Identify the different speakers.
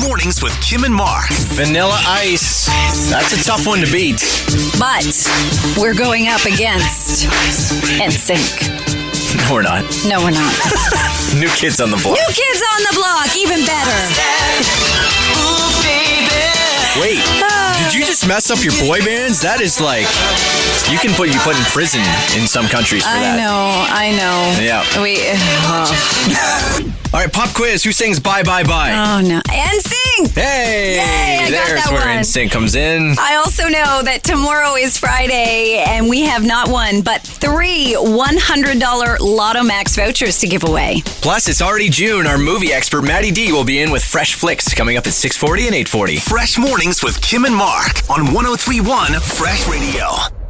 Speaker 1: Mornings with Kim and Mark.
Speaker 2: Vanilla Ice. That's a tough one to beat.
Speaker 3: But we're going up against NSYNC.
Speaker 2: No, we're not.
Speaker 3: No, we're not.
Speaker 2: New kids on the block.
Speaker 3: New Kids on the Block, even better.
Speaker 2: Wait, did you just mess up your boy bands? That is like, you can put you put in prison in some countries for
Speaker 3: I
Speaker 2: that.
Speaker 3: know, I know.
Speaker 2: Yeah.
Speaker 3: We. Oh,
Speaker 2: All right, pop quiz. Who sings Bye Bye Bye?
Speaker 3: oh no. NSYNC.
Speaker 2: hey,
Speaker 3: Yay, I got
Speaker 2: there's
Speaker 3: that
Speaker 2: where
Speaker 3: one.
Speaker 2: NSYNC comes in.
Speaker 3: I also know that tomorrow is Friday, and we have not one, but three $100 Lotto Max vouchers to give away.
Speaker 2: Plus, it's already June. Our movie expert Maddie D will be in with fresh flicks coming up at 6:40 and 8:40.
Speaker 1: Fresh Mornings with Kim and Mark on 1031 Fresh Radio.